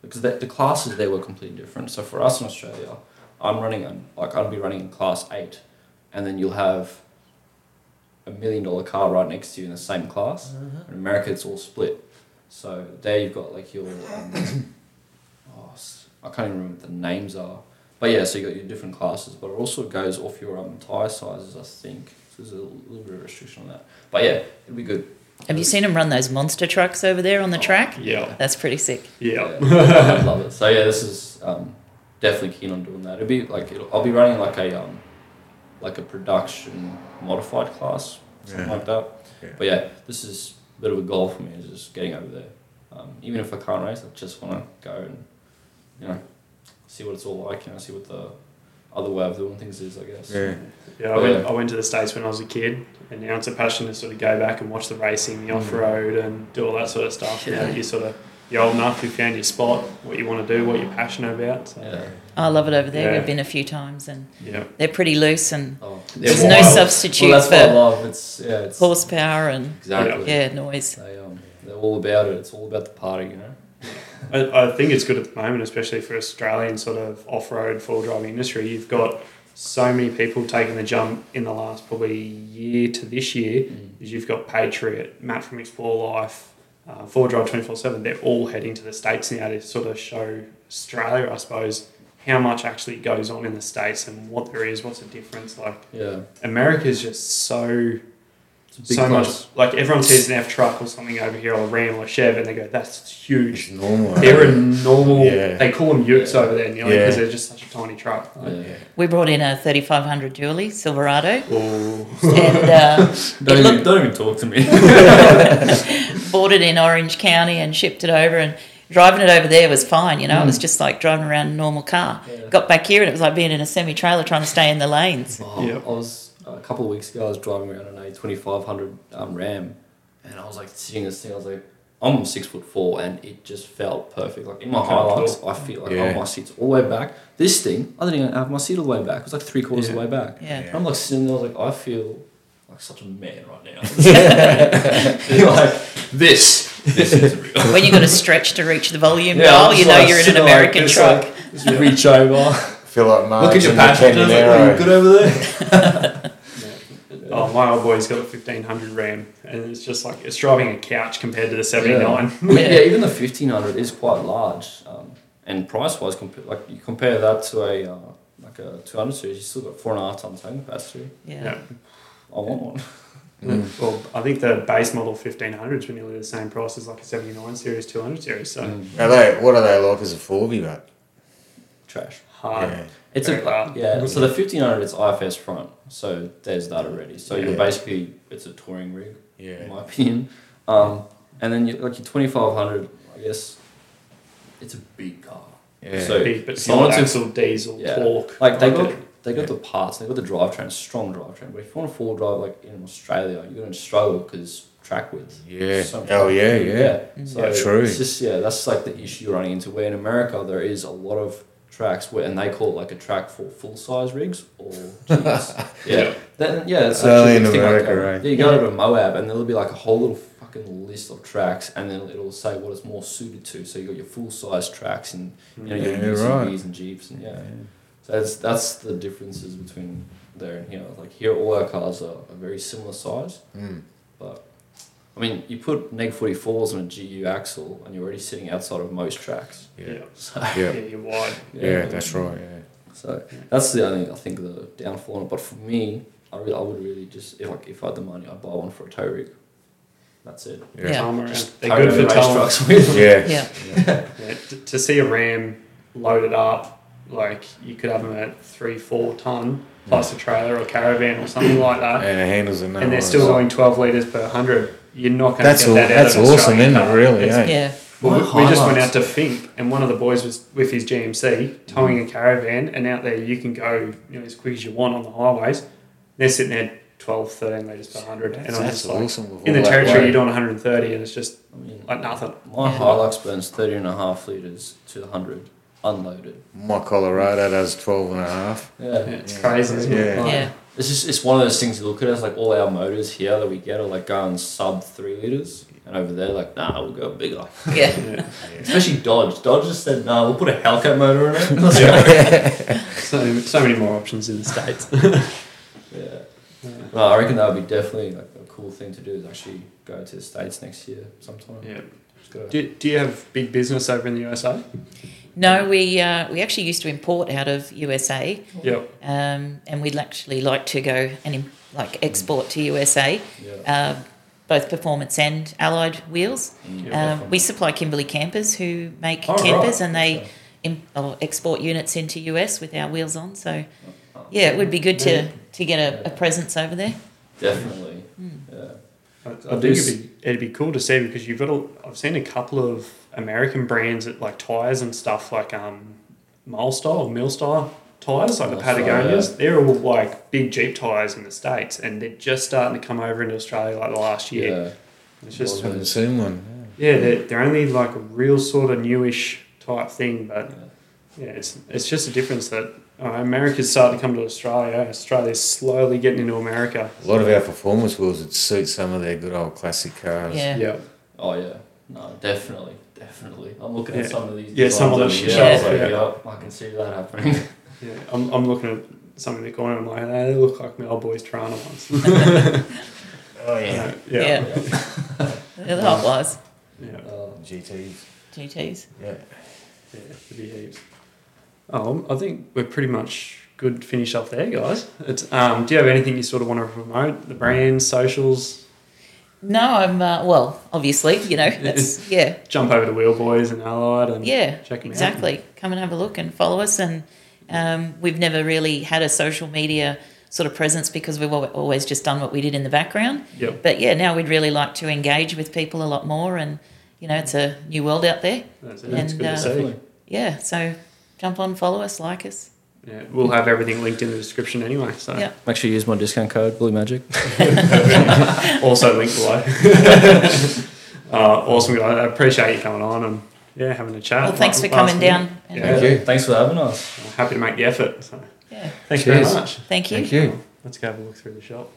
Because the, the classes there were completely different. So for us in Australia, I'm running on like I'd be running in class eight, and then you'll have a million dollar car right next to you in the same class. In America, it's all split. So there you've got like your um, oh, s- I can't even remember what the names are. But yeah, so you got your different classes, but it also goes off your um, tire sizes, I think. So there's a little bit of restriction on that. But yeah, it'd be good. have you seen them run those monster trucks over there on the track? Yeah. That's pretty sick. Yeah. Yeah, I'd love it. So yeah, this is um, definitely keen on doing that. It'd be like it'll, I'll be running like a um, like a production modified class, something Yeah. like that. Yeah. But yeah, this is a bit of a goal for me. Is just getting over there. Um, even if I can't race, I just want to go and you know see what it's all like. You know, see what the other way of doing things is. I guess. Yeah. Yeah, I, Went, I went to the States when I was a kid, and now it's a passion to sort of go back and watch the racing, the off road, and do all that sort of stuff. Yeah. Mm. Yeah. you sort of, you're old enough, you found your spot, what you want to do, what you're passionate about. So, Yeah. I love it over there. Yeah. We've been a few times and yeah. they're pretty loose and Oh, there's they're no wild. substitute Well, that's what I for love. It's yeah. It's horsepower and exactly. yeah, noise. They um, they're all about it. It's all about the party. You know. I, I think it's good at the moment, especially for Australian sort of off road four driving industry. You've got so many people taking the jump in the last probably year to this year. Mm. Is you've got Patriot, Matt from Explore Life, uh, Four Drive twenty four seven. They're all heading to the states now to sort of show Australia, I suppose, how much actually goes on in the states and what there is, what's the difference. Like Yeah. America's just so It's a big so place. much. Like everyone sees an F truck or something over here, or a Ram or a Chev, and they go, "That's huge." It's normal. They're a normal. Yeah. They call them utes over there nearly Yeah. because they're just such a tiny truck. Yeah. We brought in a 3500 Julie Silverado Oh, and uh, Don't, It even, looked- don't even talk to me. bought it in Orange County and shipped it over. And driving it over there was fine, you know, it was just like driving around a normal car. Yeah. Got back here and it was like being in a semi trailer trying to stay in the lanes. Oh, Yeah. I was a couple of weeks ago. I was driving around an A twenty five hundred um, Ram, and I was like seeing this thing. I was like, I'm six foot four, and it just felt perfect. Like in my Okay, highlights, I feel like Yeah. oh, my seat's all the way back. This thing, I didn't even have my seat all the way back. It was like three quarters of the way back. Yeah. And I'm like sitting there, I was like, I feel like such a man right now. like this, this is real. When you've got to stretch to reach the volume Yeah, I'm goal, you just know like you're in an sitting like American this, truck. like, just reach over. Feel like Marge Look at your and the passenger. Like, are you Canyonero. good over there? Oh, my old boy's got a 1500 RAM, and it's just like it's driving a couch compared to the 79. yeah. even the fifteen hundred is quite large, um, and price wise, compa- like you compare that to a uh, like a two hundred series, you still got four and a half tons tank capacity. Yeah. I want one. Mm. Well, I think the base model 1500s were nearly the same price as like a 79 series, 200 series. So Mm. Are they, what are they like as a 4B, but? Trash. hard. Yeah. It's Very a loud. yeah. So the fifteen hundred, it's IFS front, so there's that already. So you're Yeah. basically it's a touring rig, in Yeah. my opinion. Um, and then you, like your twenty five hundred, I guess, it's a big car. Yeah. So Big, but if you solid want to- axle, diesel, Yeah. torque. Like they got it. they got the Yeah. parts, they got the drivetrain, strong drivetrain. But if you want a four drive like in Australia, you're gonna struggle because track width. Yeah. So much Oh, yeah, track width, yeah. So Yeah, true. It's just yeah, that's like the issue you're running into. Where in America there is a lot of tracks where and they call it like a track for full size rigs or Jeeps. yeah. Then yeah, it's Only actually in a thing like America, that. right? Yeah, you go to Moab and there'll be like a whole little fucking list of tracks and then it'll say what it's more suited to. So you got your full size tracks and you know, Yeah, your right. UTVs and Jeeps and yeah. So that's that's the differences between there and here. Like here, all our cars are, are very similar size, Mm. but I mean, you put neg forty fours on a GU axle, and you're already sitting outside of most tracks. Yeah. Yeah. So Yeah. Yeah. you're wide. Yeah, that's right. Yeah. So that's the only I think the downfall. on it. But for me, I really, I would really just if like if I had the money, I'd buy one for a tow rig. That's it. Yeah. Yeah. Tow 'em around. Just They're tow good around for race towing. trucks with. Yeah. Yeah. Yeah, t- to see a ram loaded up, like you could have them at three, four ton plus a trailer or caravan or something like that, And it handles it. no and they're worries. still going twelve liters per hundred. You're not going That's to get aw- that out that's of an awesome, Australian isn't it? car. Really? It's- eh? Yeah. Well, My we, we just went highlights- out to Fink, and one of the boys was with his GMC towing a caravan, and out there you can go you know as quick as you want on the highways. They're sitting there 12, 13 liters per hundred, and That's, I'm that's just like, awesome. with in the all that territory weight. you're doing 130, and it's just I mean, like nothing. my Yeah. Hilux burns 30 and a half liters to the hundred unloaded. My Colorado does 12 and a half. Yeah, Yeah. it's crazy. Isn't It? Yeah. Like, Yeah. It's just it's one of those things you look at as like all our motors here that we get are like going sub three liters, and over there like nah we'll go bigger. Yeah. Yeah. Especially Dodge. Dodge just said nah we'll put a Hellcat motor in it. Let's go. So, so many more options in the states. yeah. No, I reckon that would be definitely like a cool thing to do is actually go to the states next year sometime. yeah. Just go. Do, do you have big business over in the USA? No, we uh, we actually used to import out of USA, Yep. um, and we'd actually like to go and im- like export to USA, Yeah. uh, both performance and allied wheels. Mm. Um, we supply Kimberley Campers, who make Oh, right. campers, and they im- or export units into US with our wheels on. So, yeah, it would be good to to get a, a presence over there. Definitely. Hmm. Yeah. I, I think it'd be, it'd be cool to see because you've got a, I've seen a couple of American brands that like tires and stuff like um, mile style or mill style tires like the Mile style, Patagonias. They're all like big Jeep tires in the states, and they're just starting to come over into Australia like the last year. Yeah. It's just I haven't seen one. yeah, they're, they're only like a real sort of newish type thing, but Yeah. yeah, it's it's just a difference that uh, America's starting to come to Australia. Australia's slowly getting into America. A lot of our performance wheels would suit some of their good old classic cars. Yeah. Yeah, Oh yeah. No, definitely, definitely. I'm looking at Yeah. some of these. Yeah, some of designs those over here, I was shit. like, Yeah. yup, I can see that happening. yeah. I'm, I'm looking at some in the corner. I'm like, "Hey, they look like my old boys Toronto ones. Oh, yeah. yeah, Yeah, They're the hot wires, yeah, Uh, GTs. GTs. Yeah. yeah. It'd be heaps. Um, I think we're pretty much good to finish up there, guys. It's, um, do you have anything you sort of want to promote? The brands, socials. No, I'm uh, well. Obviously, you know, that's yeah, Jump over to Wheel Boys and Allied and yeah, check 'em out. exactly. Come and have a look and follow us. And um, we've never really had a social media sort of presence because we've al- always just done what we did in the background. Yep. But yeah, now we'd really like to engage with people a lot more. And you know, it's a new world out there. That's it. It's And, good uh, to see. definitely. Yeah, so jump on, follow us, like us. Yeah, we'll have everything linked in the description anyway. So Yeah. Make sure you use my discount code Blue Magic. also linked below. Uh, awesome guy. I appreciate you coming on and yeah, having a chat. Uh, Well, thanks for Last coming minute. down. and- Yeah. Thank you. Thanks for having us. I'm happy to make the effort. So yeah. thanks Cheers. very much. Thank you. Thank you. Let's go have a look through the shop.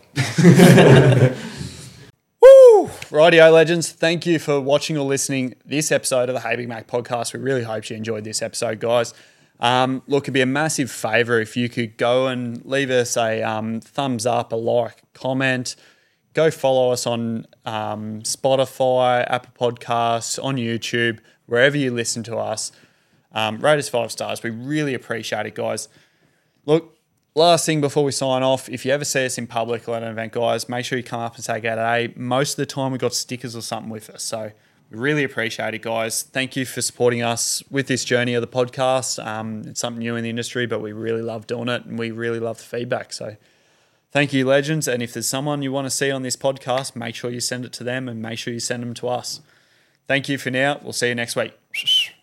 Woo! Rightio legends, thank you for watching or listening this episode of the Hey Big Mac podcast. We really hope you enjoyed this episode, guys. Um, look, it'd be a massive favour if you could go and leave us a um, thumbs up, a like, comment. Go follow us on um, Spotify, Apple Podcasts, on YouTube, wherever you listen to us. Um, rate us five stars. We really appreciate it, guys. Look, last thing before we sign off, if you ever see us in public or at an event, guys, make sure you come up and say g'day. Most of the time, we've got stickers or something with us. So we really appreciate it, guys. Thank you for supporting us with this journey of the podcast. Um, it's something new in the industry, but we really love doing it and we really love the feedback. So thank you, legends. And if there's someone you want to see on this podcast, make sure you send it to them and make sure you send them to us. Thank you for now. We'll see you next week.